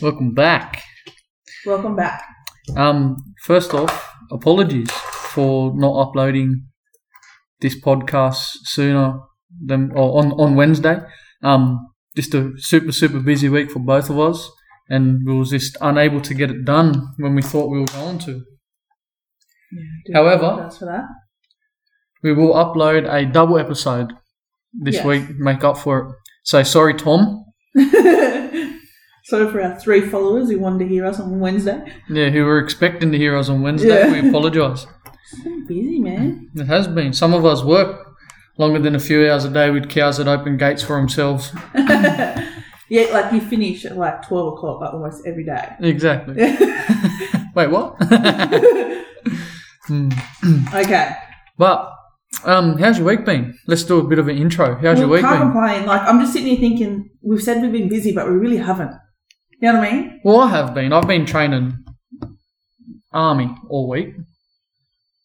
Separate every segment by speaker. Speaker 1: Welcome back.
Speaker 2: Welcome back.
Speaker 1: Um, first off, apologies for not uploading this podcast sooner than or on on Wednesday. Um, just a super super busy week for both of us, and we was just unable to get it done when we thought we were going to.
Speaker 2: Do
Speaker 1: However-
Speaker 2: apologize for that.
Speaker 1: We will upload a double episode this
Speaker 2: Yes.
Speaker 1: week, make up for it. So sorry, Tom.
Speaker 2: so for our three followers who wanted to hear us on Wednesday,
Speaker 1: Yeah, who were expecting to hear us on Wednesday.
Speaker 2: Yeah.
Speaker 1: We apologise.
Speaker 2: it's been busy man.
Speaker 1: It has been. Some of us work longer than a few hours a day with cows that open gates for themselves.
Speaker 2: Yeah, like you finish at like twelve o'clock, like almost every day.
Speaker 1: Exactly. Wait, what? Hmm.
Speaker 2: okay.
Speaker 1: but um, how's your week been? Let's do a bit of an intro. How's your
Speaker 2: Well,
Speaker 1: week
Speaker 2: can't
Speaker 1: been?
Speaker 2: complain. Like I'm just sitting here thinking we've said we've been busy, but we really haven't. You know what I mean?
Speaker 1: Well, I have been. I've been training army all week.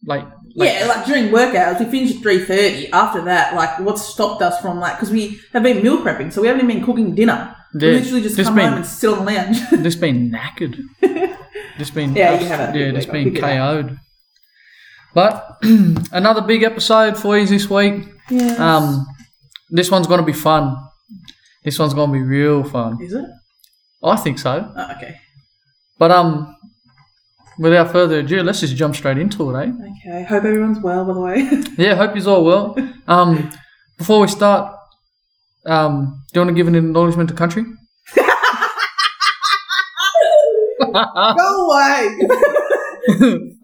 Speaker 1: Like, like
Speaker 2: yeah, like during workouts, we finish at three thirty. After that, like what's stopped us from like because we have been meal prepping, so we haven't even been cooking dinner.
Speaker 1: Yeah,
Speaker 2: we literally just
Speaker 1: just
Speaker 2: come
Speaker 1: been-
Speaker 2: home and sit on the lounge.
Speaker 1: just been knackered. just been
Speaker 2: Yeah, you have a
Speaker 1: yeah,
Speaker 2: big
Speaker 1: just
Speaker 2: week.
Speaker 1: been
Speaker 2: Pick it up.
Speaker 1: KO'd. But another big episode for you this week.
Speaker 2: yeah.
Speaker 1: Um, this one's gonna be fun. This one's gonna be real fun.
Speaker 2: Is it?
Speaker 1: I think so.
Speaker 2: Oh, okay.
Speaker 1: But um, without further ado, let's just jump straight into it, eh?
Speaker 2: Okay. Hope everyone's well, by the way.
Speaker 1: Yeah, hope you're all well. Um, before we start, um, do you want to give an acknowledgement to country?
Speaker 2: Go away.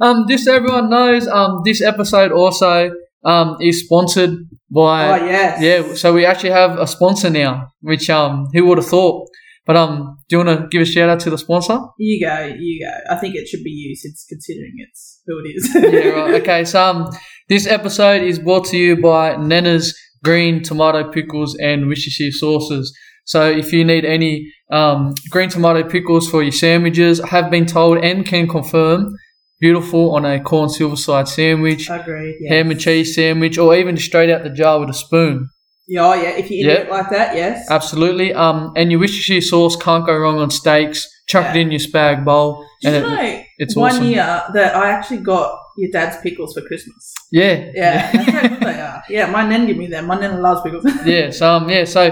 Speaker 1: um, just so everyone knows, um, this episode also um is sponsored by
Speaker 2: oh yes.
Speaker 1: Uh, yeah. So we actually have a sponsor now, which um, who would have thought? But um, do you want to give a shout out to the sponsor?
Speaker 2: You go. You go. I think it should be you since considering it's who it is.
Speaker 1: yeah, right. Okay, so um, this episode is brought to you by Nana's Green Tomato Pickles and Worcestershire Sauces. So if you need any um, green tomato pickles for your sandwiches, I have been told and can confirm, beautiful on a corn silver side sandwich,
Speaker 2: Agreed. Yeah.
Speaker 1: ham and cheese sandwich, or even just straight out the jar with a spoon.
Speaker 2: Yeah. Oh, yeah. If you eat
Speaker 1: Yeah. Uh,
Speaker 2: it like that, yes.
Speaker 1: Absolutely. Um, and your Worcestershire sauce can't go wrong on steaks. Chuck it in your spag bowl,
Speaker 2: Do you
Speaker 1: and it,
Speaker 2: know
Speaker 1: it's
Speaker 2: one
Speaker 1: awesome.
Speaker 2: year that I actually got your dad's pickles for Christmas.
Speaker 1: Yeah,
Speaker 2: Yeah, that's how good they are. Yeah, my nan gave me them. My nan loves pickles.
Speaker 1: yeah, so um, yeah, so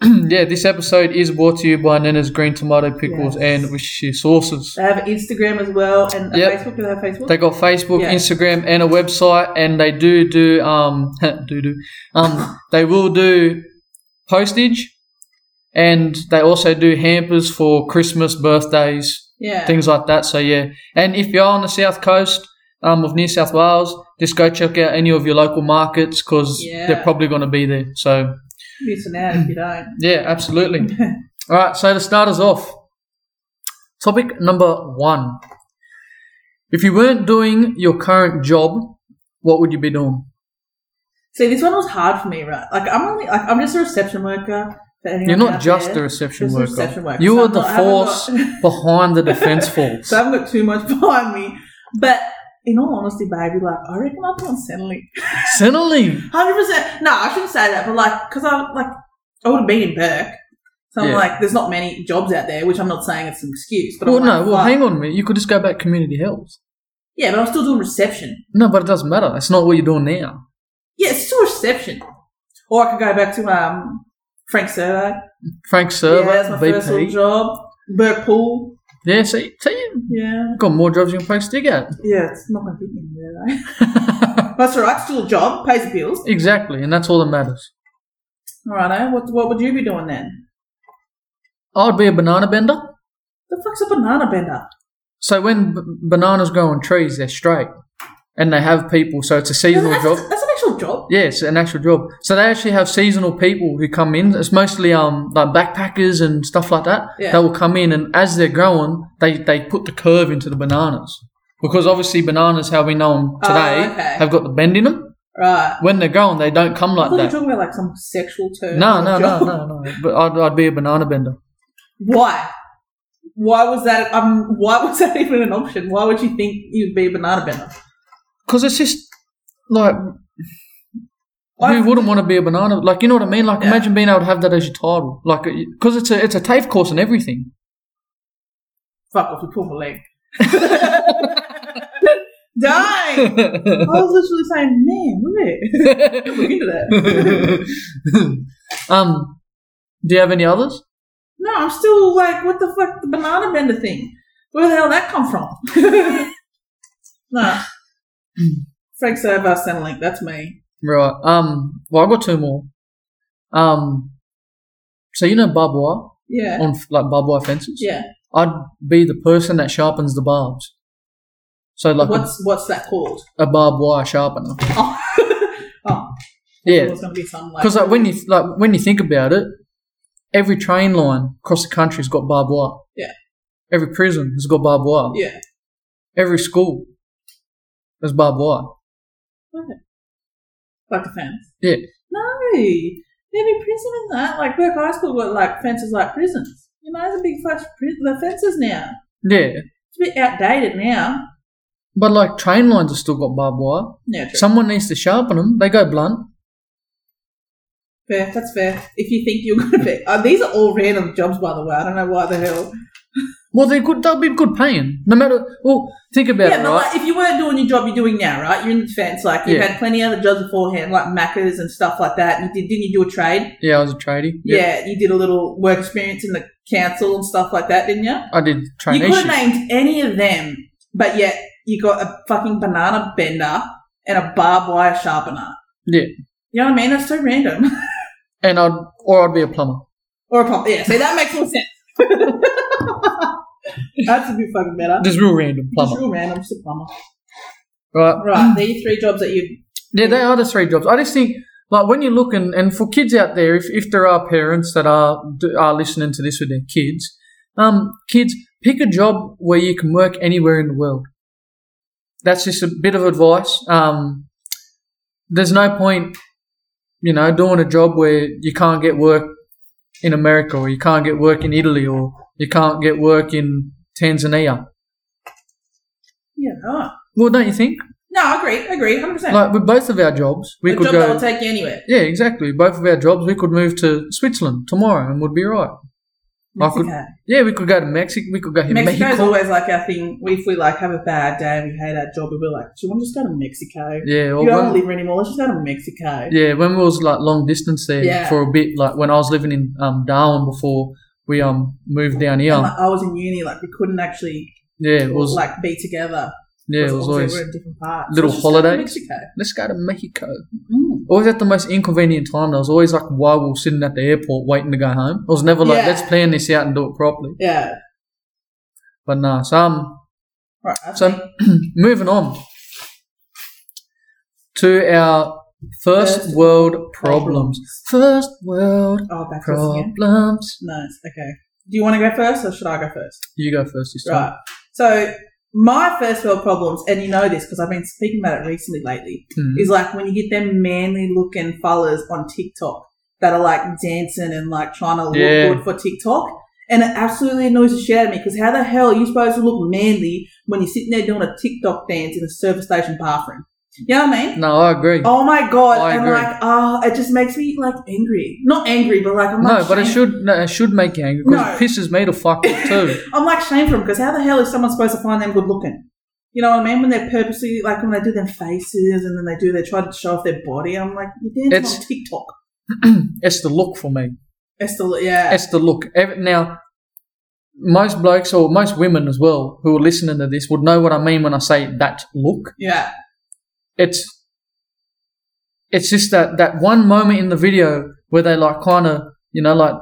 Speaker 1: yeah, this episode is brought to you by Nana's Green Tomato Pickles
Speaker 2: Yes.
Speaker 1: and Worcestershire Sauces.
Speaker 2: they have Instagram as well and a
Speaker 1: Yep.
Speaker 2: Facebook. Do they have Facebook?
Speaker 1: They got Facebook,
Speaker 2: Yeah.
Speaker 1: Instagram, and a website, and they do do um do do um they will do postage, and they also do hampers for Christmas, birthdays,
Speaker 2: yeah.
Speaker 1: things like that. So yeah, and if you're on the south coast um, of New South Wales, just go check out any of your local markets because they're
Speaker 2: Yeah.
Speaker 1: probably going to be there. So
Speaker 2: You're missing out if you don't.
Speaker 1: Yeah, absolutely. All right, so to start us off, topic number one. If you weren't doing your current job, what would you be doing?
Speaker 2: See, this one was hard for me, right? Like I'm only like I'm just a reception worker. for anyone
Speaker 1: You're
Speaker 2: out
Speaker 1: not just
Speaker 2: there.
Speaker 1: a reception
Speaker 2: Just a
Speaker 1: worker.
Speaker 2: reception worker.
Speaker 1: You
Speaker 2: So
Speaker 1: are
Speaker 2: I'm
Speaker 1: the
Speaker 2: not- I haven't
Speaker 1: force behind the defense force.
Speaker 2: So I haven't got too much behind me. But in all honesty, baby, like I reckon I'd be on Centrelink.
Speaker 1: Suddenly,
Speaker 2: Hundred percent. No, I shouldn't say that, but like, because I like, I would have been in Burke, so I'm
Speaker 1: Yeah.
Speaker 2: like, there's not many jobs out there, which I'm not saying it's an excuse. But
Speaker 1: well,
Speaker 2: I'm
Speaker 1: no,
Speaker 2: like,
Speaker 1: well,
Speaker 2: fuck.
Speaker 1: hang on a minute. You could just go back community health.
Speaker 2: Yeah, but I'm still doing reception.
Speaker 1: No, but it doesn't matter. That's not what you're doing now.
Speaker 2: Yeah, it's still reception. Or I could go back to um Frank Servo.
Speaker 1: Frank
Speaker 2: Yeah,
Speaker 1: Server,
Speaker 2: that's my first little
Speaker 1: VP.
Speaker 2: job. Burke Pool.
Speaker 1: Yeah, see, see, you've
Speaker 2: Yeah,
Speaker 1: got more jobs you can probably stick at.
Speaker 2: yeah, it's not gonna be in there though. that's all right. Still a job, pays the bills.
Speaker 1: Exactly, and that's all that matters.
Speaker 2: All right, eh? what what would you be doing then?
Speaker 1: I'd be a banana bender.
Speaker 2: The fuck's a banana bender?
Speaker 1: So when b- bananas grow on trees, they're straight, and they have people. So it's a seasonal
Speaker 2: That's,
Speaker 1: job.
Speaker 2: that's an actual job.
Speaker 1: Yeah, it's an actual job. So they actually have seasonal people who come in. It's mostly um like backpackers and stuff like that.
Speaker 2: Yeah.
Speaker 1: They will come in, and as they're growing, they they put the curve into the bananas because obviously bananas, how we know them today,
Speaker 2: Oh, okay.
Speaker 1: have got the bend in them.
Speaker 2: Right.
Speaker 1: When they're growing, they don't come like
Speaker 2: I thought you were
Speaker 1: that.
Speaker 2: talking about like some sexual term.
Speaker 1: No,
Speaker 2: of
Speaker 1: no, no,
Speaker 2: job.
Speaker 1: no, no. But I'd, I'd be a banana bender.
Speaker 2: Why? Why was that? Um, why was that even an option? Why would you think you'd be a banana bender?
Speaker 1: Because it's just like Who
Speaker 2: I've-
Speaker 1: wouldn't want to be a banana? Like, you know what I mean? Like,
Speaker 2: Yeah.
Speaker 1: imagine being able to have that as your title. Like, because it's a it's a TAFE course and everything.
Speaker 2: Fuck off, you pull my leg. Dang! I was literally saying, man, look at it. Look into that.
Speaker 1: um, do you have any others?
Speaker 2: no, I'm still like, what the fuck, the banana bender thing? Where the hell that come from? nah. Frank Server, Centrelink, that's me.
Speaker 1: Right. Um. Well, I've got two more. Um. So you know barbed wire
Speaker 2: Yeah.
Speaker 1: on f- like barbed wire fences.
Speaker 2: Yeah.
Speaker 1: I'd be the person that sharpens the barbs. So like a,
Speaker 2: what's what's that called?
Speaker 1: a barbed wire sharpener.
Speaker 2: Oh, oh
Speaker 1: Yeah.
Speaker 2: there's gonna be some like
Speaker 1: Because like when you like when you think about it, every train line across the country's got barbed wire.
Speaker 2: Yeah.
Speaker 1: Every prison has got barbed wire.
Speaker 2: yeah,
Speaker 1: Every school has barbed wire.
Speaker 2: like a fence.
Speaker 1: Yeah.
Speaker 2: No, every prison is that like Burke High School got like fences like prisons. You know, there's a big flash prison. The fences now
Speaker 1: Yeah.
Speaker 2: it's a bit outdated now.
Speaker 1: But like train lines have still got barbed wire.
Speaker 2: No, true.
Speaker 1: Someone needs to sharpen them. They go blunt.
Speaker 2: fair. That's fair. If you think you're gonna be, uh, these are all random jobs, by the way. I don't know why the hell.
Speaker 1: Well, they could. They'll be good paying. No matter. Well, think about
Speaker 2: yeah,
Speaker 1: it,
Speaker 2: but
Speaker 1: right?
Speaker 2: like, if you weren't doing your job you're doing now, right? You're in the fence. Like you've
Speaker 1: Yeah.
Speaker 2: had plenty of other jobs beforehand, like Macca's and stuff like that. You did, didn't you do a trade?
Speaker 1: yeah, I was a tradie. Yeah,
Speaker 2: Yeah, you did a little work experience in the council and stuff like that, didn't you?
Speaker 1: I did
Speaker 2: You could have
Speaker 1: traineeship.
Speaker 2: named any of them, but yet you got a fucking banana bender and a barbed wire sharpener.
Speaker 1: Yeah,
Speaker 2: You know what I mean? That's so random.
Speaker 1: and I'd or I'd be a plumber.
Speaker 2: or a pump. Yeah, so that makes more sense. That's a bit fucking better.
Speaker 1: Just real random
Speaker 2: Just
Speaker 1: plumber,
Speaker 2: real random, just a plumber.
Speaker 1: right?
Speaker 2: Right, there are your three jobs that you.
Speaker 1: Yeah, they are the three jobs. I just think like when you look and, and for kids out there, if, if there are parents that are d- are listening to this with their kids, um, kids pick a job where you can work anywhere in the world. That's just a bit of advice. Um, there's no point, you know, doing a job where you can't get work in America or you can't get work in Italy or you can't get work in Tanzania.
Speaker 2: Yeah, right.
Speaker 1: Well, don't you think?
Speaker 2: No, I agree, I agree, 100%.
Speaker 1: Like with both of our jobs, we
Speaker 2: a
Speaker 1: could
Speaker 2: job
Speaker 1: go.
Speaker 2: that will take you anywhere.
Speaker 1: Yeah, exactly. Both of our jobs, we could move to Switzerland tomorrow and would be right. I could-
Speaker 2: Mexico.
Speaker 1: Yeah, we could go to Mexico. We could go to
Speaker 2: Mexico's
Speaker 1: Mexico.
Speaker 2: always like our thing. If we like have a bad day and we hate our job, we're like, do you want to just go to Mexico?
Speaker 1: Yeah, or
Speaker 2: You don't want
Speaker 1: when,
Speaker 2: to live here anymore. Let's just go to Mexico.
Speaker 1: yeah, when we was like long distance there
Speaker 2: Yeah.
Speaker 1: for a bit, like when I was living in um, Darwin before we um moved down
Speaker 2: And,
Speaker 1: here.
Speaker 2: like, I was in uni, like we couldn't actually
Speaker 1: Yeah, it was
Speaker 2: like be together.
Speaker 1: yeah, it
Speaker 2: Because
Speaker 1: was
Speaker 2: obviously
Speaker 1: always
Speaker 2: we're in different parts.
Speaker 1: little
Speaker 2: Let's just go to
Speaker 1: holidays.
Speaker 2: Mexico.
Speaker 1: let's go to Mexico.
Speaker 2: Mm.
Speaker 1: Always at the most inconvenient time. I was always like while we were sitting at the airport waiting to go home. I was never like
Speaker 2: Yeah.
Speaker 1: let's plan this out and do it properly.
Speaker 2: Yeah.
Speaker 1: But nah, so um,
Speaker 2: Right. that's it.
Speaker 1: So, moving on to our first,
Speaker 2: First
Speaker 1: world problems. First world
Speaker 2: oh, back to us again.
Speaker 1: problems.
Speaker 2: Nice. Okay. Do you want to go first, or should I go first?
Speaker 1: You go first this time.
Speaker 2: Right. So my first world problems, and you know this because I've been speaking about it recently lately,
Speaker 1: Mm.
Speaker 2: is like when you get them manly looking fellas on TikTok that are like dancing and like trying to look
Speaker 1: Yeah.
Speaker 2: good for TikTok. And it absolutely annoys the shit out of me because how the hell are you supposed to look manly when you're sitting there doing a TikTok dance in a service station bathroom? You know what I mean?
Speaker 1: No, I agree.
Speaker 2: Oh my god!
Speaker 1: I
Speaker 2: and
Speaker 1: agree.
Speaker 2: like, ah, it just makes me like angry. Not angry, but like I'm
Speaker 1: no,
Speaker 2: like
Speaker 1: but it
Speaker 2: shamed.
Speaker 1: should no, it should make you angry because
Speaker 2: No.
Speaker 1: it pisses me to fuck up too.
Speaker 2: I'm like shamed for them because how the hell is someone supposed to find them good looking? You know what I mean? When they're purposely like when they do their faces and then they do they try to show off their body. I'm like, you're dancing
Speaker 1: It's-
Speaker 2: on TikTok.
Speaker 1: it's the look for me.
Speaker 2: It's the yeah.
Speaker 1: It's the look. Ev- Now, most blokes or most women as well who are listening to this would know what I mean when I say that look.
Speaker 2: yeah.
Speaker 1: it's it's just that that one moment in the video where they like kind of you know like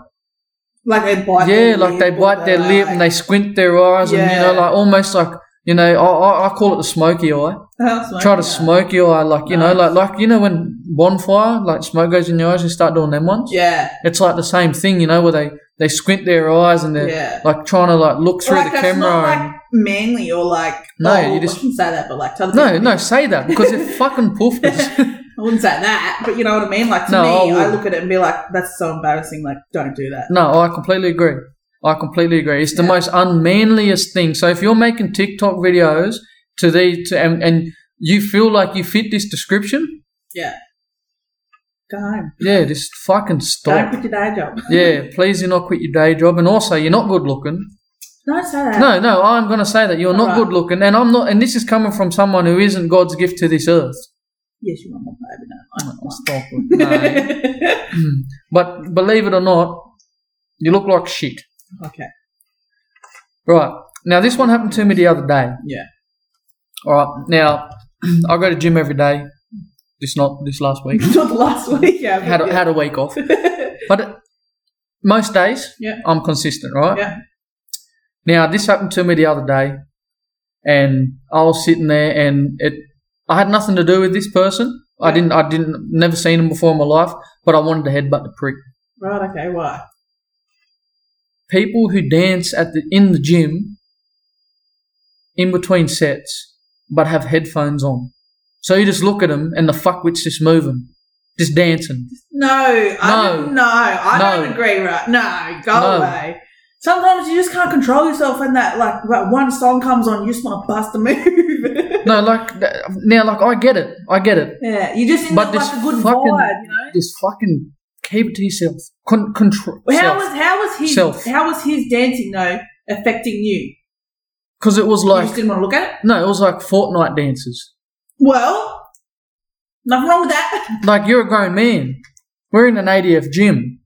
Speaker 2: Like they bite
Speaker 1: yeah
Speaker 2: their
Speaker 1: like
Speaker 2: lip
Speaker 1: they
Speaker 2: or
Speaker 1: bite their
Speaker 2: they're
Speaker 1: lip and they squint their eyes and you know
Speaker 2: Yeah.
Speaker 1: like almost like you know I, I, I call it the smoky eye
Speaker 2: That's what-
Speaker 1: try to
Speaker 2: yeah.
Speaker 1: smoky eye like you know
Speaker 2: Nice.
Speaker 1: like like you know when bonfire like smoke goes in your eyes you start doing them ones
Speaker 2: Yeah,
Speaker 1: it's like the same thing you know where they they squint their eyes and they're
Speaker 2: yeah.
Speaker 1: like trying to like look through
Speaker 2: Like,
Speaker 1: the
Speaker 2: that's
Speaker 1: camera
Speaker 2: not
Speaker 1: and
Speaker 2: like manly or like
Speaker 1: No,
Speaker 2: oh,
Speaker 1: you just-
Speaker 2: I shouldn't say that, but like tell the
Speaker 1: no
Speaker 2: people-
Speaker 1: no say that because they're fucking poofers
Speaker 2: I wouldn't say that, but you know what I mean. Like to
Speaker 1: No,
Speaker 2: me,
Speaker 1: I
Speaker 2: I,
Speaker 1: would.
Speaker 2: look at it and be like, that's so embarrassing. Like don't do that.
Speaker 1: No, oh, I completely agree. I completely agree. It's the
Speaker 2: Yeah.
Speaker 1: most unmanliest thing. So if you're making TikTok videos to these to, and, and you feel like you fit this description,
Speaker 2: Yeah. Go home.
Speaker 1: Yeah, just fucking
Speaker 2: Don't
Speaker 1: stop.
Speaker 2: quit your day job.
Speaker 1: yeah, please do not quit your day job. And also, you're not good looking.
Speaker 2: Don't say that.
Speaker 1: No, no, I'm going to say that you're not
Speaker 2: Alright.
Speaker 1: good looking. And I'm not, and this is coming from someone who isn't God's gift to this earth.
Speaker 2: Yes, you want my baby. No, I
Speaker 1: Oh,
Speaker 2: don't want.
Speaker 1: stop it. No. Hmm. but believe it or not, you look like shit.
Speaker 2: Uh-huh. okay.
Speaker 1: Right. Now, this one happened to me the other day.
Speaker 2: Yeah.
Speaker 1: All right. Now, I go to gym every day. This not this last week.
Speaker 2: Not last week. Yeah. but
Speaker 1: had a,
Speaker 2: yeah.
Speaker 1: had a week off, but most days
Speaker 2: Yeah.
Speaker 1: I'm consistent, right?
Speaker 2: Yeah.
Speaker 1: Now this happened to me the other day, and I was sitting there, and it I had nothing to do with this person. I
Speaker 2: Yeah.
Speaker 1: didn't I didn't never seen him before in my life, but I wanted to headbutt the prick.
Speaker 2: right. Okay. Why?
Speaker 1: People who dance at the in the gym in between sets, but have headphones on, so you just look at them and the fuckwits just moving, just dancing.
Speaker 2: No. I
Speaker 1: No.
Speaker 2: don't, no. I
Speaker 1: No.
Speaker 2: don't agree. Right. No. Go
Speaker 1: No.
Speaker 2: away. Sometimes you just can't control yourself, and that like that one song comes on, you just want to bust a move.
Speaker 1: No, like th- now, like I get it, I get it.
Speaker 2: yeah, you just in
Speaker 1: But
Speaker 2: like
Speaker 1: this
Speaker 2: a good
Speaker 1: fucking-
Speaker 2: vibe, you know.
Speaker 1: Just fucking keep it to yourself. Con- control
Speaker 2: How was how was his
Speaker 1: Self.
Speaker 2: how was his dancing though affecting you?
Speaker 1: because it was
Speaker 2: you
Speaker 1: like
Speaker 2: just didn't want to look at it.
Speaker 1: no, it was like Fortnite dances.
Speaker 2: Well, nothing wrong with that.
Speaker 1: Like you're a grown man. We're in an ADF gym,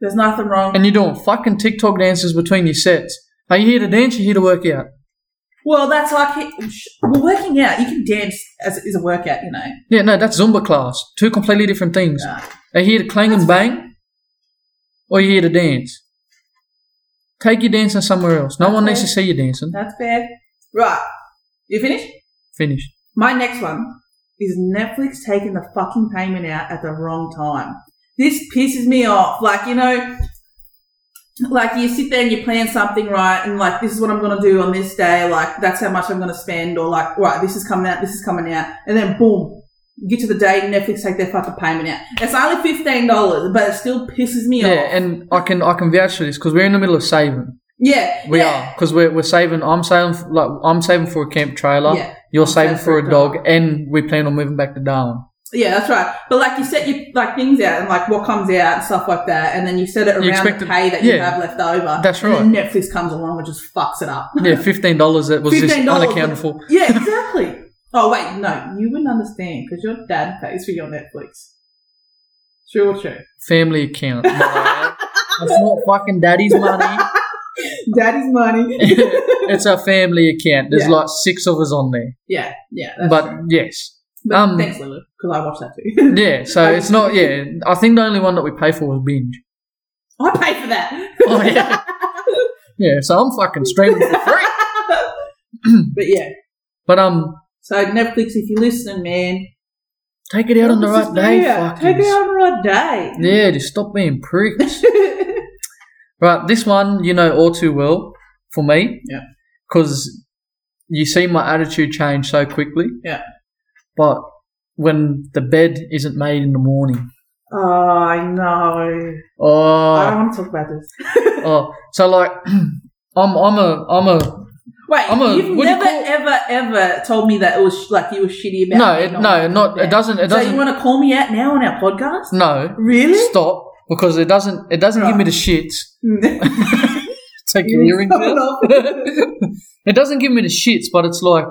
Speaker 2: There's nothing wrong.
Speaker 1: and you're doing fucking TikTok dances between your sets. Are you here to dance? You're here to work out.
Speaker 2: Well, that's like it- sh- well, working out. You can dance as is a workout, you know.
Speaker 1: Yeah, no, that's Zumba class. Two completely different things.
Speaker 2: Nah.
Speaker 1: Are you here to clang and bang, or are you here to dance? Take your dancing somewhere else. No one needs to see you dancing.
Speaker 2: That's fair. Right, you finished.
Speaker 1: Finished.
Speaker 2: My next one is Netflix taking the fucking payment out at the wrong time. This pisses me off. Like, you know, like you sit there and you plan something, right? And like, this is what I'm going to do on this day. Like, that's how much I'm going to spend. Or like, right, this is coming out, this is coming out. And then boom, you get to the day Netflix take their fucking payment out. It's only $15, but it still pisses me
Speaker 1: Yeah,
Speaker 2: off.
Speaker 1: and I can I can vouch for this because we're in the middle of saving.
Speaker 2: yeah.
Speaker 1: We
Speaker 2: yeah.
Speaker 1: are because we're, we're saving. I'm saving for, like I'm saving for a camp trailer.
Speaker 2: Yeah.
Speaker 1: You're
Speaker 2: I'm
Speaker 1: saving for a dog, and we plan on moving back to Darwin.
Speaker 2: Yeah, that's right. But like you set your like things out and like what comes out and stuff like that, and then you set it
Speaker 1: You
Speaker 2: around
Speaker 1: expect
Speaker 2: the
Speaker 1: it-
Speaker 2: pay that you
Speaker 1: yeah.
Speaker 2: have left over.
Speaker 1: That's
Speaker 2: And then Netflix comes along and just fucks it up.
Speaker 1: Yeah, fifteen dollars that was just
Speaker 2: $15
Speaker 1: unaccounted for.
Speaker 2: yeah, exactly. Oh wait, no, you wouldn't understand because your dad pays for your Netflix. True or true?
Speaker 1: Family account. my lad. It's not fucking daddy's money.
Speaker 2: Daddy's money.
Speaker 1: it's our family account. There's
Speaker 2: Yeah.
Speaker 1: like six of us on there.
Speaker 2: yeah, yeah. That's
Speaker 1: but
Speaker 2: true.
Speaker 1: yes,
Speaker 2: But
Speaker 1: um,
Speaker 2: thanks, Lulu, because I watched that too.
Speaker 1: yeah. So it's not. Yeah, I think the only one that we pay for was binge.
Speaker 2: I pay for that.
Speaker 1: Oh yeah. yeah. So I'm fucking streaming for free.
Speaker 2: but yeah,
Speaker 1: But um,
Speaker 2: so Netflix, if you're listening, man,
Speaker 1: take it out on the
Speaker 2: this
Speaker 1: right
Speaker 2: is
Speaker 1: day.
Speaker 2: weird.
Speaker 1: fuckers.
Speaker 2: Take it out on the right day.
Speaker 1: Yeah, just stop being pricks. right, this one you know all too well for me.
Speaker 2: Yeah.
Speaker 1: Because you see my attitude change so quickly.
Speaker 2: Yeah.
Speaker 1: But when the bed isn't made in the morning.
Speaker 2: Oh, I know. I
Speaker 1: Oh,
Speaker 2: don't want to talk about this.
Speaker 1: oh. so like I'm I'm a I'm a
Speaker 2: Wait,
Speaker 1: I'm a-
Speaker 2: you've
Speaker 1: what do you
Speaker 2: never,
Speaker 1: call-
Speaker 2: ever, ever told me that it was sh- like you were shitty about.
Speaker 1: no
Speaker 2: me
Speaker 1: it,
Speaker 2: not
Speaker 1: no
Speaker 2: wanting to
Speaker 1: not
Speaker 2: talk
Speaker 1: it
Speaker 2: about
Speaker 1: doesn't it
Speaker 2: So you
Speaker 1: doesn't
Speaker 2: want to call me out now on our podcast?
Speaker 1: no
Speaker 2: Really?
Speaker 1: stop because it doesn't it doesn't give me the shits. Take your earrings out. it doesn't give me the shits, but it's like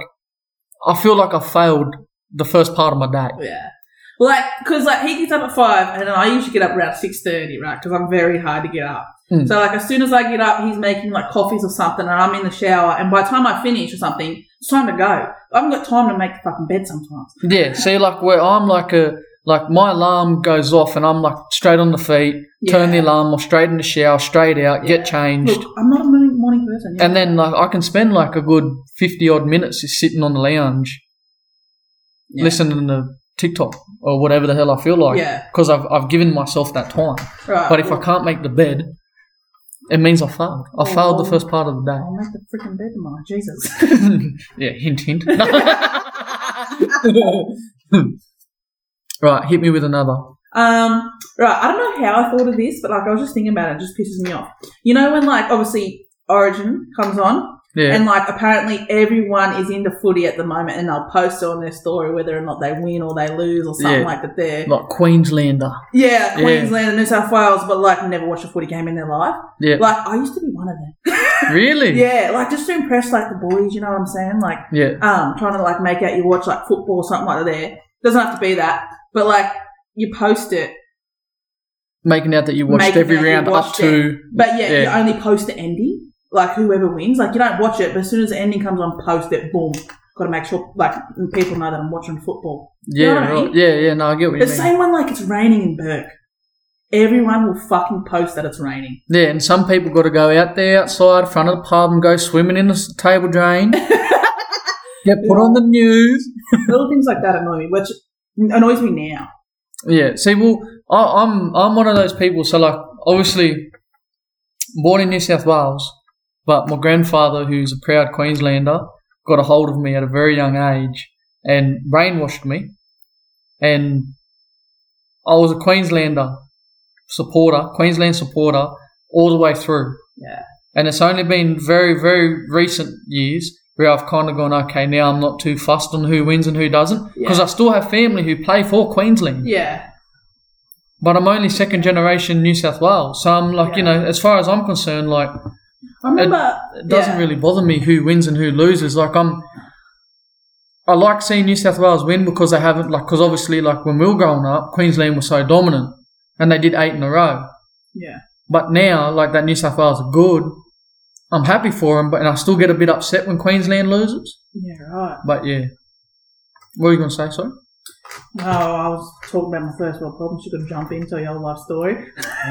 Speaker 1: I feel like I failed the first part of my day.
Speaker 2: yeah. Like, cause like he gets up at five, and I usually get up around six thirty, right? Because I'm very hard to get up.
Speaker 1: Mm.
Speaker 2: So like, as soon as I get up, he's making like coffees or something, and I'm in the shower. And by the time I finish or something, it's time to go. I haven't got time to make the fucking bed sometimes.
Speaker 1: Yeah, see, like where I'm like a like my alarm goes off and I'm like straight on the feet, turn the
Speaker 2: Yeah.
Speaker 1: alarm off, straight in the shower, straight out,
Speaker 2: Yeah.
Speaker 1: get changed,
Speaker 2: Look, I'm not a morning, morning person. yeah.
Speaker 1: and then like I can spend like a good fifty odd minutes just sitting on the lounge,
Speaker 2: Yeah.
Speaker 1: listening to TikTok or whatever the hell I feel like,
Speaker 2: Yeah.
Speaker 1: because I've I've given myself that time.
Speaker 2: right.
Speaker 1: But if I
Speaker 2: well,
Speaker 1: can't make the bed, it means I failed. I failed the
Speaker 2: Oh.
Speaker 1: first part of the day.
Speaker 2: I'll make the freaking bed tomorrow. Jesus.
Speaker 1: yeah, hint, hint. right, hit me with another.
Speaker 2: Um, right, I don't know how I thought of this, but like I was just thinking about it, it just pisses me off. You know when like obviously Origin comes on
Speaker 1: Yeah.
Speaker 2: And like apparently everyone is into footy at the moment and they'll post on their story whether or not they win or they lose or something
Speaker 1: Yeah.
Speaker 2: like that there.
Speaker 1: like Queenslander.
Speaker 2: yeah,
Speaker 1: Yeah.
Speaker 2: Queensland and New South Wales, but like never watched a footy game in their life.
Speaker 1: Yeah.
Speaker 2: Like I used to be one of them.
Speaker 1: really?
Speaker 2: yeah, like just to impress like the boys, you know what I'm saying? Like
Speaker 1: Yeah.
Speaker 2: um, trying to like make out you watch like football or something like that. There doesn't have to be that, but like you post it,
Speaker 1: Making out that you watched
Speaker 2: Making
Speaker 1: every
Speaker 2: out you
Speaker 1: round up
Speaker 2: watched
Speaker 1: to.
Speaker 2: but yeah,
Speaker 1: Yeah.
Speaker 2: you only post the ending. Like whoever wins, like you don't watch it, but as soon as the ending comes on, post it. Boom. Got to make sure like people know that I'm watching football.
Speaker 1: Yeah,
Speaker 2: know what I
Speaker 1: right.
Speaker 2: mean?
Speaker 1: Yeah, yeah, no, I get what you
Speaker 2: the
Speaker 1: mean.
Speaker 2: same one like it's raining in Burke. Everyone will fucking post that it's raining.
Speaker 1: Yeah, and some people got to go out there outside, front of the pub, and go swimming in the s- table drain. Get put on the news.
Speaker 2: Little things like that annoy me, which annoys me now.
Speaker 1: Yeah. See, well, I, I'm I'm one of those people. So, like, obviously, born in New South Wales, but my grandfather, who's a proud Queenslander, got a hold of me at a very young age and brainwashed me, and I was a Queenslander supporter, Queensland supporter, all the way through.
Speaker 2: Yeah.
Speaker 1: And it's only been very, very recent years where I've kind of gone, okay, now I'm not too fussed on who wins and who doesn't, because
Speaker 2: Yeah.
Speaker 1: I still have family who play for Queensland
Speaker 2: Yeah.
Speaker 1: but I'm only second generation New South Wales, so I'm like, you
Speaker 2: Yeah.
Speaker 1: know, as far as I'm concerned, like
Speaker 2: I remember
Speaker 1: it doesn't
Speaker 2: yeah.
Speaker 1: really bother me who wins and who loses. Like I'm, I like seeing New South Wales win because they haven't like because obviously like when we were growing up, Queensland was so dominant, and they did eight in a row.
Speaker 2: Yeah.
Speaker 1: But now, like that New South Wales are good. I'm happy for them, but and I still get a bit upset when Queensland loses.
Speaker 2: Yeah, right.
Speaker 1: But yeah, what are you gonna say? Sorry.
Speaker 2: No, Oh, I was talking about my first world problems. You could jump in, tell your whole life story.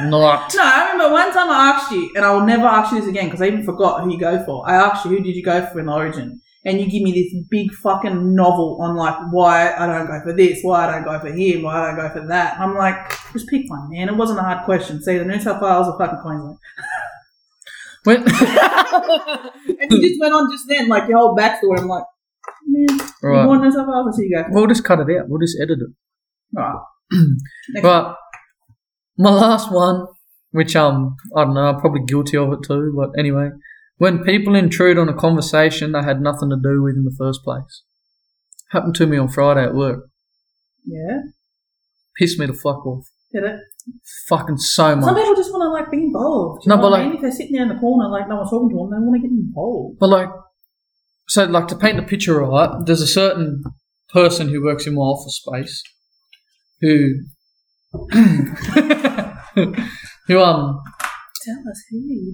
Speaker 1: Not.
Speaker 2: No, I remember one time I asked you, and I will never ask you this again because I even forgot who you go for. I asked you, who did you go for in Origin? And you give me this big fucking novel on like why I don't go for this, why I don't go for him, why I don't go for that. I'm like, just pick one, man. It wasn't a hard question. See, the New South Wales or fucking Queensland.
Speaker 1: When,
Speaker 2: And you just went on just then, like your whole backstory. I'm like, man, you
Speaker 1: right.
Speaker 2: want New South Wales? I see you go. For
Speaker 1: We'll just cut it out. We'll just edit it.
Speaker 2: Right. Next one.
Speaker 1: Right. My last one, which um I don't know, I'm probably guilty of it too, but anyway. When people intrude on a conversation they had nothing to do with in the first place. Happened to me on Friday at work.
Speaker 2: Yeah.
Speaker 1: Pissed me the fuck off.
Speaker 2: Did it.
Speaker 1: Fucking so
Speaker 2: Some
Speaker 1: much.
Speaker 2: people just want to like be involved. You
Speaker 1: No,
Speaker 2: know
Speaker 1: but,
Speaker 2: what I
Speaker 1: like-
Speaker 2: mean? if they're sitting there in the corner, like no one's talking to them, they want to get involved.
Speaker 1: But like so like to paint the picture right, there's a certain person who works in my office space who who um
Speaker 2: Tell us who.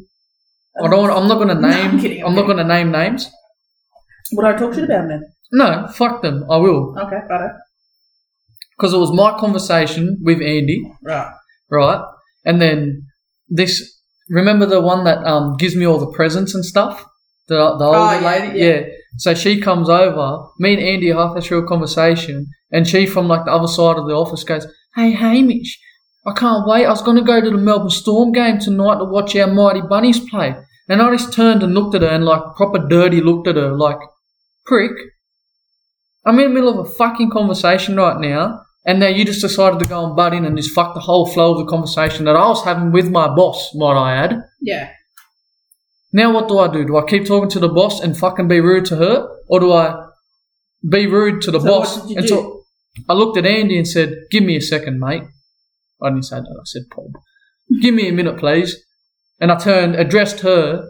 Speaker 1: I don't want, I'm not gonna
Speaker 2: No, I'm
Speaker 1: name
Speaker 2: kidding, I'm
Speaker 1: I'm not
Speaker 2: kidding.
Speaker 1: gonna name names.
Speaker 2: Would I talk shit about them?
Speaker 1: No, fuck them. I will.
Speaker 2: Okay, got it.
Speaker 1: because it was my conversation with Andy,
Speaker 2: Right.
Speaker 1: right? And then this. Remember the one that um, gives me all the presents and stuff. The, the older
Speaker 2: Ah, yeah,
Speaker 1: lady,
Speaker 2: yeah.
Speaker 1: yeah. So she comes over. Me and Andy are halfway through a conversation, and she from like the other side of the office goes, "Hey Hamish, I can't wait. I was going to go to the Melbourne Storm game tonight to watch our Mighty Bunnies play." And I just turned and looked at her, and like proper dirty looked at her, like prick. I'm in the middle of a fucking conversation right now, and now you just decided to go and butt in and just fuck the whole flow of the conversation that I was having with my boss, might I add.
Speaker 2: Yeah.
Speaker 1: Now what do I do? Do I keep talking to the boss and fucking be rude to her? Or do I be rude to the
Speaker 2: So
Speaker 1: boss?
Speaker 2: what did you
Speaker 1: and
Speaker 2: do?
Speaker 1: so- I looked at Andy and said, Give me a second, mate. I didn't say that, I said Bob. Give me a minute, please. And I turned, addressed her,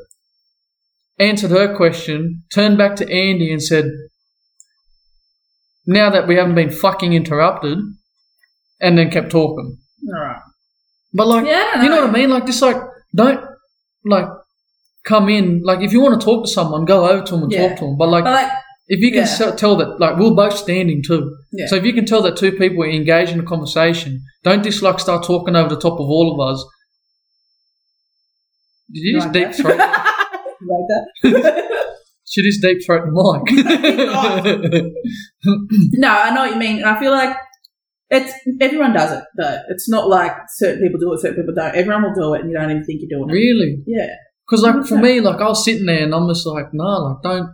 Speaker 1: answered her question, turned back to Andy and said, Now that we haven't been fucking interrupted, and then kept talking.
Speaker 2: All right.
Speaker 1: But like,
Speaker 2: Yeah,
Speaker 1: you know
Speaker 2: no.
Speaker 1: what I mean? Like, just like don't like come in. Like, if you want to talk to someone, go over to them and
Speaker 2: Yeah.
Speaker 1: talk to them. But like,
Speaker 2: But like,
Speaker 1: if you can
Speaker 2: yeah.
Speaker 1: se- tell that, like, we're both standing too.
Speaker 2: Yeah.
Speaker 1: So if you can tell that two people are engaged in a conversation, don't just like start talking over the top of all of us. Did you
Speaker 2: You
Speaker 1: just
Speaker 2: like
Speaker 1: deep
Speaker 2: that?
Speaker 1: throat?
Speaker 2: you like that?
Speaker 1: She just deep throat the mic.
Speaker 2: no, I know what you mean, and I feel like it's everyone does it though. It's not like certain people do it, certain people don't. Everyone will do it, and you don't even think you're doing it.
Speaker 1: really?
Speaker 2: Yeah.
Speaker 1: Because like for
Speaker 2: Okay.
Speaker 1: me, like I was sitting there and I'm just like, nah, like don't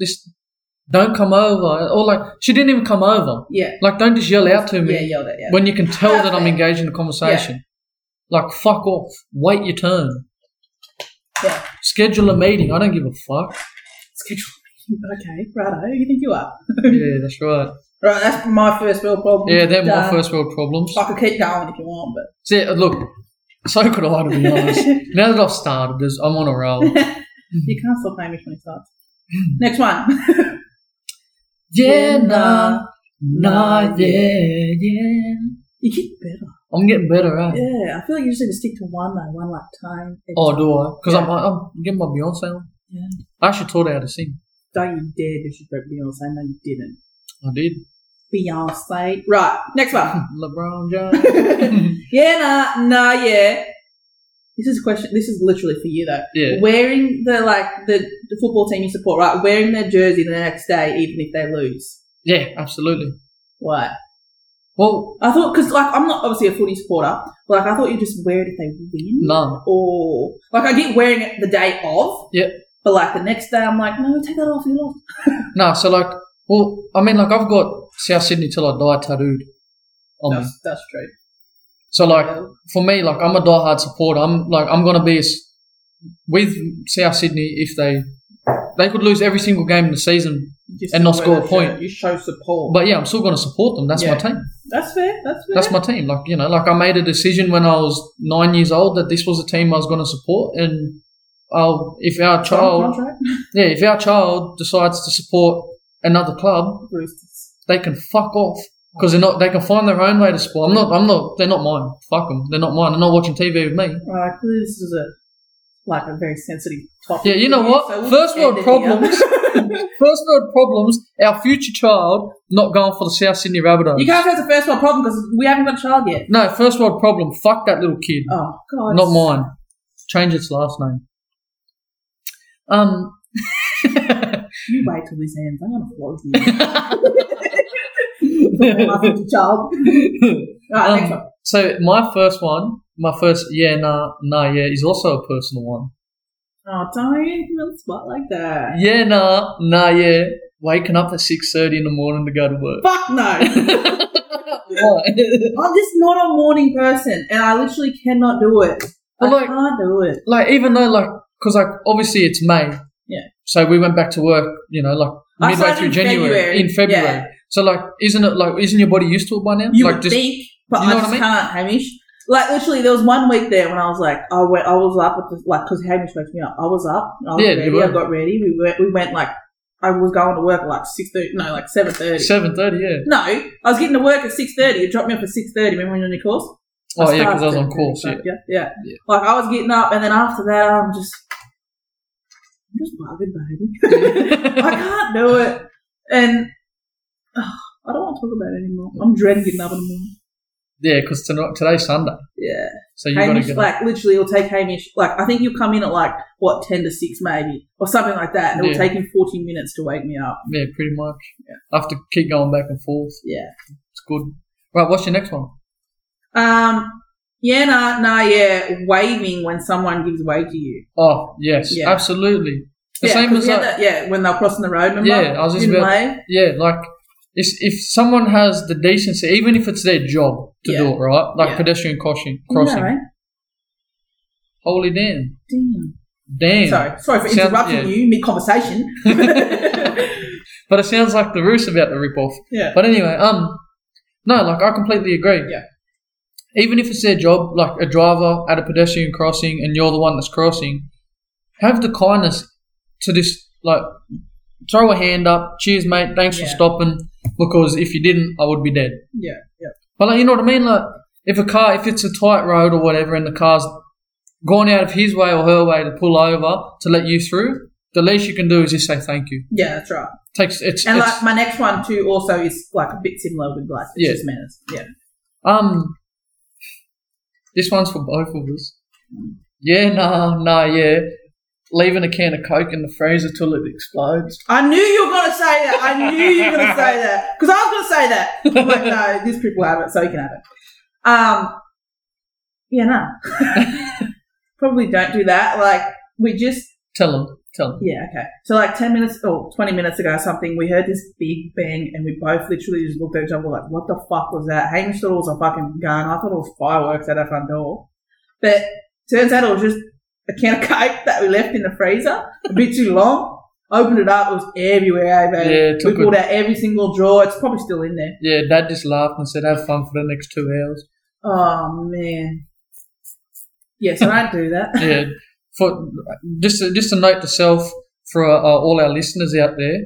Speaker 1: just don't come over, or like she didn't even come over.
Speaker 2: Yeah.
Speaker 1: Like don't just yell out to me
Speaker 2: Yeah. Yelled at. Yeah.
Speaker 1: when you can tell that I'm
Speaker 2: Perfect.
Speaker 1: engaged in a conversation. Like fuck off, wait your turn,
Speaker 2: Yeah.
Speaker 1: schedule a meeting. I don't give a fuck.
Speaker 2: Okay, righto. Who you think you are?
Speaker 1: yeah, that's right.
Speaker 2: Right, that's my first world problem.
Speaker 1: Yeah, they're my
Speaker 2: Done.
Speaker 1: first world problems.
Speaker 2: I could keep going if you want, but
Speaker 1: See, uh, look, so could I, to be honest. now that I've started, there's, I'm on a roll. Mm-hmm.
Speaker 2: you can't stop naming twenty starts. Next one.
Speaker 1: Yeah, nah, nah, yeah, yeah.
Speaker 2: You get better.
Speaker 1: I'm getting better, eh?
Speaker 2: Yeah, I feel like you just need to stick to one though, one like time.
Speaker 1: Oh, do I? Because I'm, I'm getting my Beyonce on.
Speaker 2: Yeah.
Speaker 1: I actually taught her how to sing.
Speaker 2: Don't you dare disrespect Beyonce. No, you didn't.
Speaker 1: I did.
Speaker 2: Beyonce. Right, next one.
Speaker 1: LeBron James.
Speaker 2: yeah, nah, nah, yeah. This is a question. This is literally for you though.
Speaker 1: yeah.
Speaker 2: Wearing the like the, the football team you support, right? Wearing their jersey the next day, even if they lose.
Speaker 1: Yeah, absolutely.
Speaker 2: Why?
Speaker 1: Well,
Speaker 2: I thought because like I'm not obviously a footy supporter, but like I thought you just wear it if they win.
Speaker 1: no.
Speaker 2: Or like I get wearing it the day of.
Speaker 1: Yep.
Speaker 2: But like the next day, I'm like, no, take that off. You lost.
Speaker 1: No, so like, well, I mean, like, I've got South Sydney till I die tattooed on me.
Speaker 2: That's that's true.
Speaker 1: So, Um, like, for me, like, I'm a diehard supporter. I'm like, I'm going to be s- with South Sydney if they. They could lose every single game in the season,
Speaker 2: You just
Speaker 1: And not
Speaker 2: wear
Speaker 1: score a
Speaker 2: that
Speaker 1: point.
Speaker 2: shirt. You show support.
Speaker 1: but yeah, I'm still going to support them. That's my
Speaker 2: Yeah.
Speaker 1: team.
Speaker 2: that's fair. That's fair.
Speaker 1: That's my team. Like you know, like I made a decision when I was nine years old that this was a team I was going to support, and I'll, if our child,
Speaker 2: Contract.
Speaker 1: yeah, if our child decides to support another club,
Speaker 2: Roosters.
Speaker 1: they can fuck off because they're not. They can find their own way to support. I'm not. I'm not. They're not mine. Fuck them. They're not mine. They're not watching TV with me.
Speaker 2: Right, clearly this is a like a very sensitive topic.
Speaker 1: Yeah, you know
Speaker 2: for
Speaker 1: what?
Speaker 2: so we'll
Speaker 1: First
Speaker 2: end
Speaker 1: world
Speaker 2: it
Speaker 1: problems.
Speaker 2: here.
Speaker 1: First world problems. Our future child not going for the South Sydney Rabbitohs.
Speaker 2: you can't say it's a first world problem because we haven't got a child yet.
Speaker 1: no, first world problem. Fuck that little kid.
Speaker 2: Oh God,
Speaker 1: Not mine. Change its last name. Um.
Speaker 2: You wait till this ends. I'm gonna flog you. My future child. Right, next one.
Speaker 1: Um, so my first one, my first yeah nah nah yeah is also a personal one.
Speaker 2: Oh, don't even on the spot like that.
Speaker 1: Yeah nah nah yeah. Waking up at six thirty in the morning to go to work.
Speaker 2: Fuck no.
Speaker 1: Why?
Speaker 2: I'm just not a morning person, and I literally cannot do it.
Speaker 1: Well,
Speaker 2: I
Speaker 1: like-
Speaker 2: can't do it.
Speaker 1: like even though like because like obviously it's May.
Speaker 2: Yeah.
Speaker 1: So we went back to work, you know, like
Speaker 2: I
Speaker 1: midway
Speaker 2: started
Speaker 1: through
Speaker 2: in
Speaker 1: January,
Speaker 2: February.
Speaker 1: in February.
Speaker 2: Yeah.
Speaker 1: So like, isn't it like isn't your body used to it by now?
Speaker 2: You
Speaker 1: like
Speaker 2: would think, but
Speaker 1: you know
Speaker 2: I
Speaker 1: what
Speaker 2: just
Speaker 1: I mean?
Speaker 2: can't, Hamish. Like literally, there was one week there when I was like, I went, I was up, at the, like because Hamish woke me up. I was up, I was
Speaker 1: Yeah, you
Speaker 2: ready,
Speaker 1: were.
Speaker 2: I got ready. We went, we went like, I was going to work at like six thirty, no, like seven thirty.
Speaker 1: seven thirty, yeah.
Speaker 2: No, I was getting to work at six thirty. You dropped me off at six thirty. Remember when you were on your course?
Speaker 1: Oh yeah, because
Speaker 2: started
Speaker 1: I was on
Speaker 2: at
Speaker 1: course. Yeah.
Speaker 2: 7:30, yeah. yeah,
Speaker 1: Yeah.
Speaker 2: Like I was getting up, and then after that, I'm just, I'm just bugging, baby. I can't do it. And ugh, I don't want to talk about it anymore. I'm dreading getting up in the morning.
Speaker 1: yeah, because tonight, today's Sunday,
Speaker 2: Yeah.
Speaker 1: so you got to
Speaker 2: Hamish,
Speaker 1: get up.
Speaker 2: like, literally, it'll take Hamish, like, I think you'll come in at, like, what, 10 to 6 maybe, or something like that, and it'll
Speaker 1: Yeah.
Speaker 2: take him 40 minutes to wake me up.
Speaker 1: Yeah, pretty much. I have to keep going back and forth.
Speaker 2: Yeah.
Speaker 1: It's good. Right, what's your next one?
Speaker 2: Um, yeah, nah, nah, yeah, waving when someone gives way to you.
Speaker 1: Oh yes,
Speaker 2: Yeah.
Speaker 1: absolutely. The
Speaker 2: yeah,
Speaker 1: same
Speaker 2: 'cause
Speaker 1: as
Speaker 2: we had
Speaker 1: like,
Speaker 2: that- yeah, when they're crossing the road, remember?
Speaker 1: Yeah, I was just
Speaker 2: Didn't
Speaker 1: about-
Speaker 2: wave?
Speaker 1: yeah, like if if someone has the decency, even if it's their job to
Speaker 2: Yeah.
Speaker 1: do it, right? Like
Speaker 2: Yeah.
Speaker 1: pedestrian crossing,
Speaker 2: Yeah,
Speaker 1: crossing.
Speaker 2: right?
Speaker 1: Holy damn,
Speaker 2: Damn.
Speaker 1: damn.
Speaker 2: Sorry, sorry for
Speaker 1: Sound-
Speaker 2: interrupting
Speaker 1: yeah.
Speaker 2: you mid conversation.
Speaker 1: But it sounds like the roof's about to rip off.
Speaker 2: yeah.
Speaker 1: But anyway, um, no, like I completely agree.
Speaker 2: Yeah.
Speaker 1: Even if it's their job, like a driver at a pedestrian crossing, and you're the one that's crossing, have the kindness to just like throw a hand up, cheers, mate, thanks for
Speaker 2: Yeah.
Speaker 1: stopping. Because if you didn't, I would be dead.
Speaker 2: Yeah. Yeah.
Speaker 1: But like, you know what I mean? Like, if a car, if it's a tight road or whatever, and the car's gone out of his way or her way to pull over to let you through, the least you can do is just say thank you.
Speaker 2: Yeah, that's right.
Speaker 1: takes it's,
Speaker 2: And
Speaker 1: it's
Speaker 2: like my next one too, also is like a bit similar with like it's
Speaker 1: Yeah.
Speaker 2: just manners. Yeah.
Speaker 1: Um, this one's for both of us. Yeah, nah, nah, yeah. Leaving a can of Coke in the freezer till it explodes.
Speaker 2: I knew you were gonna say that. I knew you were gonna say that because I was gonna say that. I'm like, no, this people have it, so you can have it. Um, yeah, no, probably don't do that. Like we just,
Speaker 1: Tell them, tell them.
Speaker 2: yeah, okay. So like ten minutes or twenty minutes ago, or something we heard this big bang, and we both literally just looked at each other like, what the fuck was that? Hamish thought it was a fucking gun. I thought it was fireworks at our front door, but turns out it was just a can of coke that we left in the freezer a bit too long. Opened it up, it was everywhere, eh,
Speaker 1: Yeah, it
Speaker 2: baby. we
Speaker 1: took
Speaker 2: pulled out every single drawer. It's probably still in there.
Speaker 1: Yeah, Dad just laughed and said, "Have fun for the next two hours."
Speaker 2: Oh man. Yes, I don't do that.
Speaker 1: Yeah, for just a, just a note to self for uh, all our listeners out there: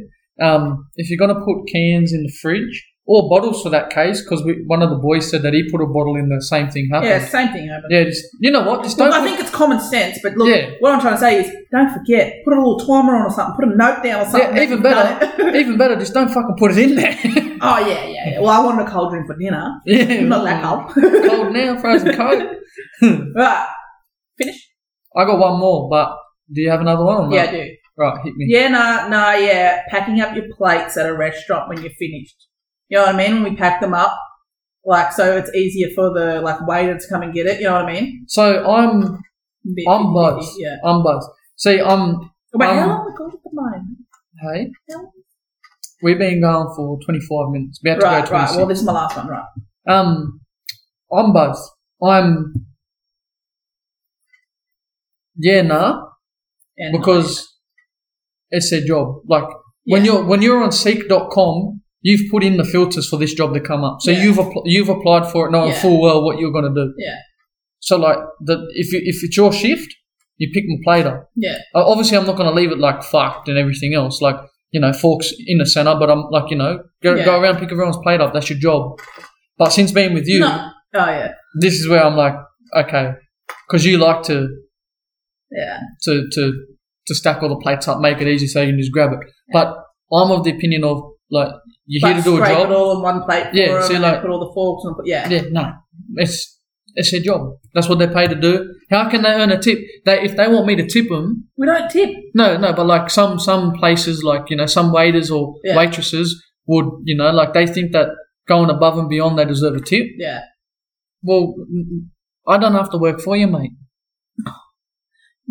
Speaker 1: um, if you're going to put cans in the fridge or bottles for that case, because one of the boys said that he put a bottle in the same thing happened.
Speaker 2: Yeah, same thing over.
Speaker 1: Yeah, just you know what? Just don't.
Speaker 2: Look, I
Speaker 1: put-
Speaker 2: think it's common sense, but look,
Speaker 1: Yeah.
Speaker 2: what I'm trying to say is don't forget, put a little timer on or something, put a note down or something.
Speaker 1: Yeah,
Speaker 2: that
Speaker 1: even
Speaker 2: you've
Speaker 1: better.
Speaker 2: done it.
Speaker 1: even better. Just don't fucking put it in there.
Speaker 2: oh, yeah, yeah, yeah. Well, I wanted a cold drink for dinner.
Speaker 1: yeah,
Speaker 2: Not that cold.
Speaker 1: Cold now, frozen cold.
Speaker 2: right.
Speaker 1: I got one more, but do you have another one? Or not?
Speaker 2: Yeah, I do.
Speaker 1: Right, hit me.
Speaker 2: Yeah, nah, nah, yeah. Packing up your plates at a restaurant when you're finished. You know what I mean? When we pack them up, like, so it's easier for the, like, waiter to come and get it. You know what I mean?
Speaker 1: So I'm
Speaker 2: Bit
Speaker 1: I'm
Speaker 2: fifty-fifty,
Speaker 1: buzzed.
Speaker 2: Yeah.
Speaker 1: I'm buzzed. See, I'm
Speaker 2: Wait, how
Speaker 1: Um,
Speaker 2: long we got at the moment?
Speaker 1: hey.
Speaker 2: Yeah.
Speaker 1: We've been going for 25 minutes. About to
Speaker 2: Right,
Speaker 1: go
Speaker 2: right.
Speaker 1: 26.
Speaker 2: Well, this is my last one, right?
Speaker 1: um, I'm buzzed. I'm. Yeah, nah,
Speaker 2: And
Speaker 1: because it's their job. Like when
Speaker 2: Yeah.
Speaker 1: you're when you're on Seek.com, you've put in the filters for this job to come up. So
Speaker 2: Yeah.
Speaker 1: you've apl- you've applied for it, knowing
Speaker 2: Yeah.
Speaker 1: full well what you're going to do.
Speaker 2: Yeah.
Speaker 1: So like the if you if it's your shift, you pick my plate up.
Speaker 2: yeah,
Speaker 1: Uh, obviously I'm not going to leave it like fucked and everything else, like you know forks in the center. But I'm like you know go
Speaker 2: Yeah.
Speaker 1: go around pick everyone's plate up. That's your job. But since being with you,
Speaker 2: No. Oh yeah,
Speaker 1: this is where I'm like okay, because you like to
Speaker 2: yeah,
Speaker 1: to to to stack all the plates up, make it easy so you can just grab it. But I'm of the opinion of like you're
Speaker 2: Like,
Speaker 1: here to do a
Speaker 2: scrape it
Speaker 1: job.
Speaker 2: all on one plate.
Speaker 1: Yeah,
Speaker 2: for 'em
Speaker 1: so
Speaker 2: and
Speaker 1: like-
Speaker 2: then put all the forks and put yeah.
Speaker 1: Yeah, no, it's it's their job. That's what they're paid to do. How can they earn a tip? They if they want me to tip them,
Speaker 2: We don't tip.
Speaker 1: no, no. But like some some places, like you know, some waiters or
Speaker 2: Yeah.
Speaker 1: waitresses would you know like they think that going above and beyond they deserve a tip.
Speaker 2: Yeah,
Speaker 1: Well, n- n- I don't have to work for you, mate.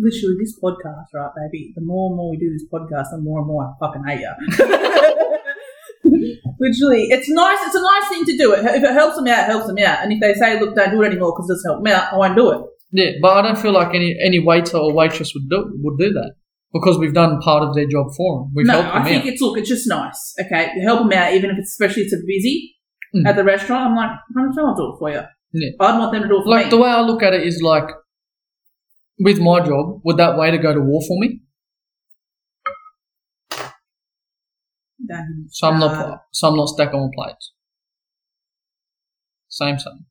Speaker 2: literally this podcast, right, baby? The more and more we do this podcast, the more and more I fucking hate you. literally, it's nice. It's a nice thing to do. It if it helps them out, it helps them out. And if they say, look, don't do it anymore because it's helped me out, I won't do it.
Speaker 1: Yeah, but I don't feel like any any waiter or waitress would do would do that because we've done part of their job for them. We've
Speaker 2: no,
Speaker 1: helped them
Speaker 2: I think
Speaker 1: out.
Speaker 2: it's look, it's just nice. Okay, you help them out, even if it's especially if it's busy
Speaker 1: Mm.
Speaker 2: at the restaurant. I'm like, I'm sure I'll do it for you.
Speaker 1: Yeah.
Speaker 2: I'd want them to do it for
Speaker 1: like
Speaker 2: me.
Speaker 1: the way I look at it is like, with my job, would that waiter go to war for me?
Speaker 2: Damn.
Speaker 1: So I'm
Speaker 2: Nah.
Speaker 1: not so I'm not stacking on plates. Same same.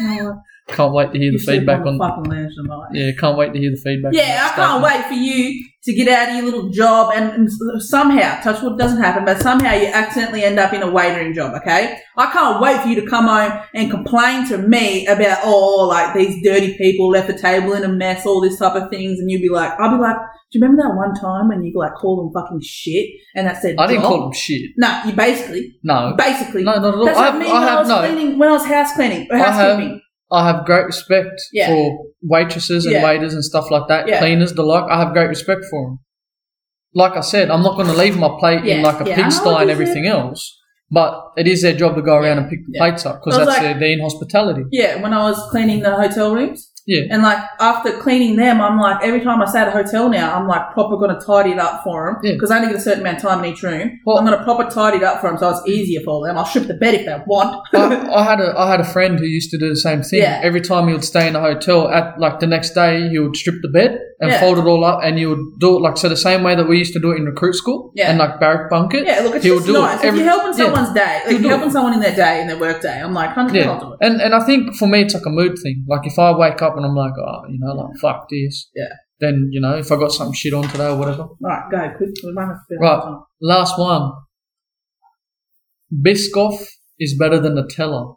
Speaker 2: You know what?
Speaker 1: Can't wait to hear the
Speaker 2: You sleep
Speaker 1: feedback on.
Speaker 2: the fucking lounge tonight.
Speaker 1: yeah, can't wait to hear the feedback. on
Speaker 2: Yeah, I
Speaker 1: that
Speaker 2: can't
Speaker 1: statement.
Speaker 2: wait for you to get out of your little job and, and s- somehow, touch wood doesn't happen, but somehow you accidentally end up in a waitering job, okay? I can't wait for you to come home and complain to me about, oh, like these dirty people left the table in a mess, all this type of things, and you'll be like, I'll be like, do you remember that one time when you like called them fucking shit and that said
Speaker 1: I didn't
Speaker 2: job?
Speaker 1: call them shit.
Speaker 2: No, you basically,
Speaker 1: No,
Speaker 2: basically.
Speaker 1: no, not at all.
Speaker 2: That's
Speaker 1: I
Speaker 2: what I
Speaker 1: have,
Speaker 2: mean
Speaker 1: I
Speaker 2: when I,
Speaker 1: have
Speaker 2: was
Speaker 1: no.
Speaker 2: cleaning, when I was house cleaning or
Speaker 1: I have-
Speaker 2: housekeeping.
Speaker 1: I have great respect
Speaker 2: Yeah.
Speaker 1: for waitresses and
Speaker 2: Yeah.
Speaker 1: waiters and stuff like that,
Speaker 2: Yeah.
Speaker 1: cleaners, the like. I have great respect for them. Like I said, I'm not going to leave my plate in
Speaker 2: Yeah,
Speaker 1: like a
Speaker 2: yeah, I know
Speaker 1: pigsty
Speaker 2: what
Speaker 1: and
Speaker 2: you
Speaker 1: everything else. But it is their job to go around and pick the
Speaker 2: yeah.
Speaker 1: plates up because
Speaker 2: I was
Speaker 1: that's
Speaker 2: like-
Speaker 1: their, they're in hospitality.
Speaker 2: Yeah, when I was cleaning the hotel rooms.
Speaker 1: Yeah.
Speaker 2: And like after cleaning them, I'm like every time I stay at a hotel now, I'm like proper gonna tidy it up for them
Speaker 1: Yeah.
Speaker 2: because I only get a certain amount of time in each room.
Speaker 1: Well-
Speaker 2: I'm gonna proper tidy it up for them so it's easier for them. I'll strip the bed if they want.
Speaker 1: I, I had a I had a friend who used to do the same thing.
Speaker 2: Yeah.
Speaker 1: Every time he would stay in a hotel, at like the next day, he would strip the bed and
Speaker 2: Yeah.
Speaker 1: fold it all up, and he would do it like so the same way that we used to do it in recruit school
Speaker 2: Yeah.
Speaker 1: and like barrack bunk it.
Speaker 2: yeah, look, it's
Speaker 1: He'll
Speaker 2: just
Speaker 1: do it
Speaker 2: nice.
Speaker 1: every-
Speaker 2: if you're helping
Speaker 1: yeah.
Speaker 2: someone's day,
Speaker 1: He'll
Speaker 2: if
Speaker 1: do
Speaker 2: you're
Speaker 1: it.
Speaker 2: helping someone in their day in their work day, I'm like, hundred
Speaker 1: Yeah,
Speaker 2: I'll do it.
Speaker 1: and and I think for me it's like a mood thing. Like if I wake up and I'm like, oh, you know, like fuck this.
Speaker 2: Yeah.
Speaker 1: Then you know if I got some shit on today or whatever.
Speaker 2: All right, go quick. We're running out of
Speaker 1: Right.
Speaker 2: time.
Speaker 1: Last one. Biscoff is better than Nutella.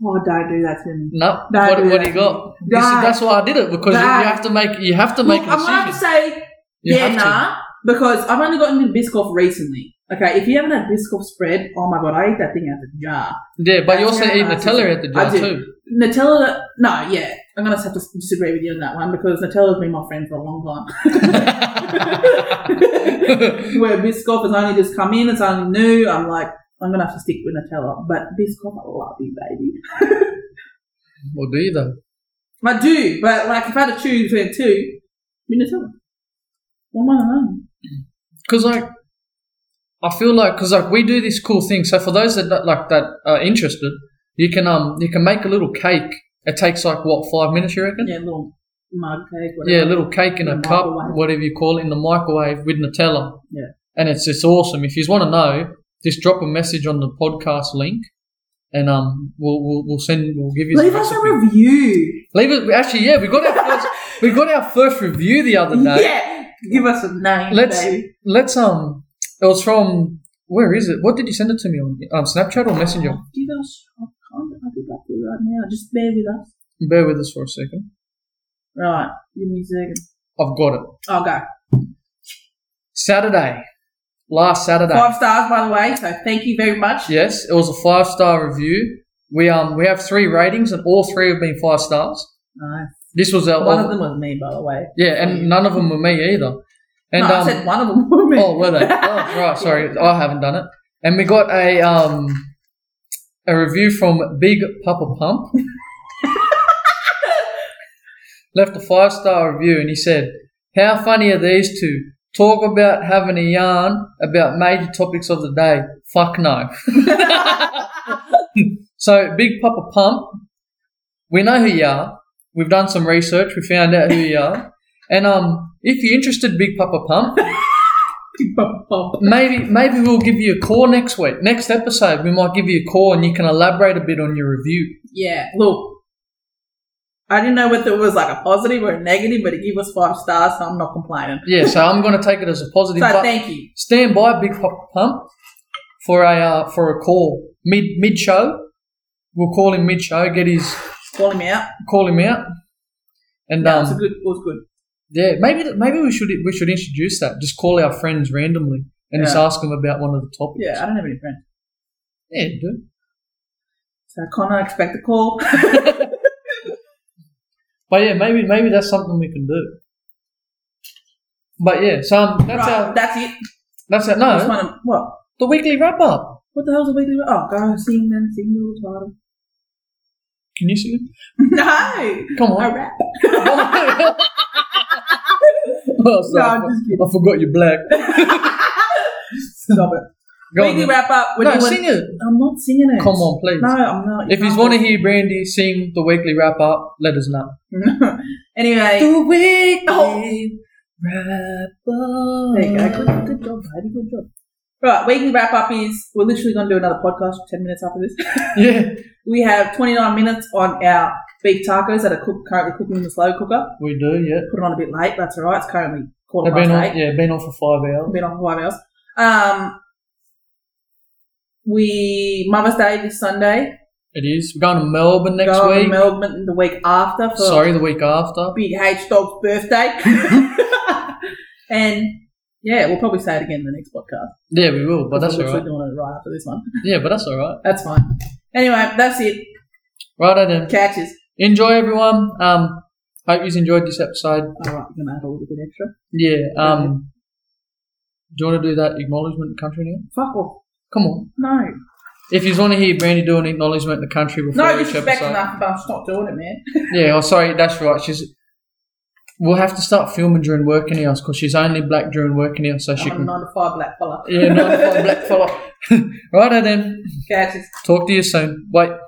Speaker 2: Oh, don't do that to me.
Speaker 1: No,
Speaker 2: That
Speaker 1: what, what do
Speaker 2: is-
Speaker 1: you got? This is-
Speaker 2: that-
Speaker 1: that's why I did it because you,
Speaker 2: that-
Speaker 1: you have to make you have to
Speaker 2: Look,
Speaker 1: make a
Speaker 2: I'm gonna have to
Speaker 1: decision.
Speaker 2: say
Speaker 1: You
Speaker 2: yeah,
Speaker 1: have to.
Speaker 2: nah, uh, because I've only gotten into Biscoff recently. Okay, if you haven't had Biscoff spread, oh my god, I eat that thing out of the jar.
Speaker 1: Yeah, but you
Speaker 2: That's
Speaker 1: also
Speaker 2: how
Speaker 1: eat
Speaker 2: nice
Speaker 1: Nutella
Speaker 2: it is.
Speaker 1: at the
Speaker 2: I
Speaker 1: jar
Speaker 2: do.
Speaker 1: too.
Speaker 2: Nutella, no, yeah, I'm gonna have to disagree with you on that one because Nutella's been my friend for a long time. Where Biscoff has only just come in, it's only new. I'm like, I'm gonna have to stick with Nutella, but Biscoff, I love you, baby.
Speaker 1: Well, do you though?
Speaker 2: I do, but like if I had to choose between two, it'd be Nutella. What am I on?
Speaker 1: because like I feel like because like we do this cool thing. So for those that that- like that are interested, you can um you can make a little cake. It takes like what five minutes, you reckon?
Speaker 2: Yeah, little mug cake.
Speaker 1: Yeah,
Speaker 2: Whatever.
Speaker 1: a little cake in
Speaker 2: In
Speaker 1: a
Speaker 2: the
Speaker 1: cup,
Speaker 2: microwave.
Speaker 1: whatever you call it, in the microwave with Nutella.
Speaker 2: Yeah.
Speaker 1: And it's it's awesome. If you want to know, just drop a message on the podcast link, and um we'll we'll, we'll send we'll give you. the
Speaker 2: Leave us a
Speaker 1: recipe.
Speaker 2: review.
Speaker 1: Leave it. Actually, yeah, we got our first, we got our first review the other day.
Speaker 2: Yeah, give us a name,
Speaker 1: Let's-
Speaker 2: baby.
Speaker 1: Let's um. It was from where is it? What did you send it to me on? Um, Snapchat or Messenger?
Speaker 2: Oh, Give us. I can't. I think I do it right now. Just bear with us.
Speaker 1: Bear with us for a second.
Speaker 2: Right. Give me a second.
Speaker 1: I've got it.
Speaker 2: I'll go.
Speaker 1: Saturday, last Saturday.
Speaker 2: Five stars, by the way. So thank you very much.
Speaker 1: Yes, it was a five star review. We um we have three ratings and all three have been five stars.
Speaker 2: Nice.
Speaker 1: This was our
Speaker 2: One of them was me, by the way.
Speaker 1: yeah, and none of them were me either. And
Speaker 2: no,
Speaker 1: um,
Speaker 2: I said one of them was me.
Speaker 1: oh were they? Oh right, sorry, I haven't done it. And we got a um a review from Big Papa Pump. Left a five star review and he said, How funny are these two? Talk about having a yarn about major topics of the day. Fuck no. So, Big Papa Pump, we know who you are. We've done some research. We found out who you are. And um, if you're interested, Big Papa Pump, maybe maybe we'll give you a call next week. Next episode, we might give you a call and you can elaborate a bit on your review.
Speaker 2: yeah. Look, I didn't know whether it was like a positive or a negative, but it gave us five stars, so I'm not complaining.
Speaker 1: Yeah, so I'm going to take it as a
Speaker 2: So
Speaker 1: positive. but
Speaker 2: thank you.
Speaker 1: stand by, Big Papa Pump, for a uh, for a call mid mid show. We'll call him mid show. Get his
Speaker 2: Call him out.
Speaker 1: call him out. And
Speaker 2: No,
Speaker 1: um,
Speaker 2: it's a good. It was good.
Speaker 1: Yeah, maybe th- maybe we should we should introduce that. Just call our friends randomly and just
Speaker 2: Yeah.
Speaker 1: ask them about one of the topics.
Speaker 2: Yeah, I don't have any friends,
Speaker 1: yeah, do.
Speaker 2: so I can't expect a call.
Speaker 1: But yeah, maybe maybe that's something we can do. But yeah, so um, that's
Speaker 2: Right,
Speaker 1: our
Speaker 2: That's it.
Speaker 1: that's our
Speaker 2: I just
Speaker 1: no
Speaker 2: want to, what?
Speaker 1: the weekly wrap up.
Speaker 2: What the hell's a weekly? Oh, go sing then sing the little title.
Speaker 1: Can you see it?
Speaker 2: No,
Speaker 1: Come
Speaker 2: a
Speaker 1: on.
Speaker 2: rap.
Speaker 1: Oh, sorry,
Speaker 2: No,
Speaker 1: I
Speaker 2: I'm
Speaker 1: for-
Speaker 2: just kidding.
Speaker 1: I forgot you're black.
Speaker 2: Stop it.
Speaker 1: Go on
Speaker 2: weekly
Speaker 1: then.
Speaker 2: wrap up. We're
Speaker 1: no,
Speaker 2: doing-
Speaker 1: sing it.
Speaker 2: I'm not singing it.
Speaker 1: Come on, please.
Speaker 2: No, I'm not.
Speaker 1: If you want to hear Brandy sing the weekly wrap up, let us know.
Speaker 2: to. anyway,
Speaker 1: The weekly
Speaker 2: Oh.
Speaker 1: wrap
Speaker 2: there you go. Good, good job, baby. Good job. Right, weekly wrap up is we're literally going to do another podcast 10 minutes after this.
Speaker 1: Yeah,
Speaker 2: we have 29 minutes on our beef tacos that are cook, currently cooking in the slow cooker.
Speaker 1: we do. Yeah,
Speaker 2: Put it on a bit late, that's alright. It's currently quarter
Speaker 1: they've
Speaker 2: past
Speaker 1: been
Speaker 2: eight.
Speaker 1: on. Yeah, been on for five hours.
Speaker 2: been on for five hours. Um, we Mother's Day this Sunday.
Speaker 1: It is. We're going to Melbourne next
Speaker 2: Go to
Speaker 1: week.
Speaker 2: Melbourne the week after for
Speaker 1: Sorry, the week after.
Speaker 2: Big H Dog's birthday. and yeah, we'll probably say it again in the next podcast.
Speaker 1: Yeah, we will. But that's
Speaker 2: We're
Speaker 1: all
Speaker 2: literally
Speaker 1: right.
Speaker 2: doing it right after this one.
Speaker 1: Yeah, but that's all right.
Speaker 2: That's fine. Anyway, that's it.
Speaker 1: Right then.
Speaker 2: Catches.
Speaker 1: Enjoy everyone. Um, hope you enjoyed this episode.
Speaker 2: All right, we're gonna add a little bit extra.
Speaker 1: Yeah. Um, do you want to do that acknowledgement of country now?
Speaker 2: Fuck off.
Speaker 1: Come on.
Speaker 2: No,
Speaker 1: If you want to hear Brandy do an acknowledgement of the country before
Speaker 2: no
Speaker 1: each
Speaker 2: disrespect
Speaker 1: episode,
Speaker 2: enough, but I'm just not doing it, man.
Speaker 1: yeah. Oh, sorry, that's right. She's. We'll have to start filming during working hours because she's only black during working hours, so she
Speaker 2: I'm a
Speaker 1: can.
Speaker 2: nine to five black fella.
Speaker 1: Yeah, nine to five black fella. Righto then.
Speaker 2: Catches.
Speaker 1: Talk to you soon. Bye.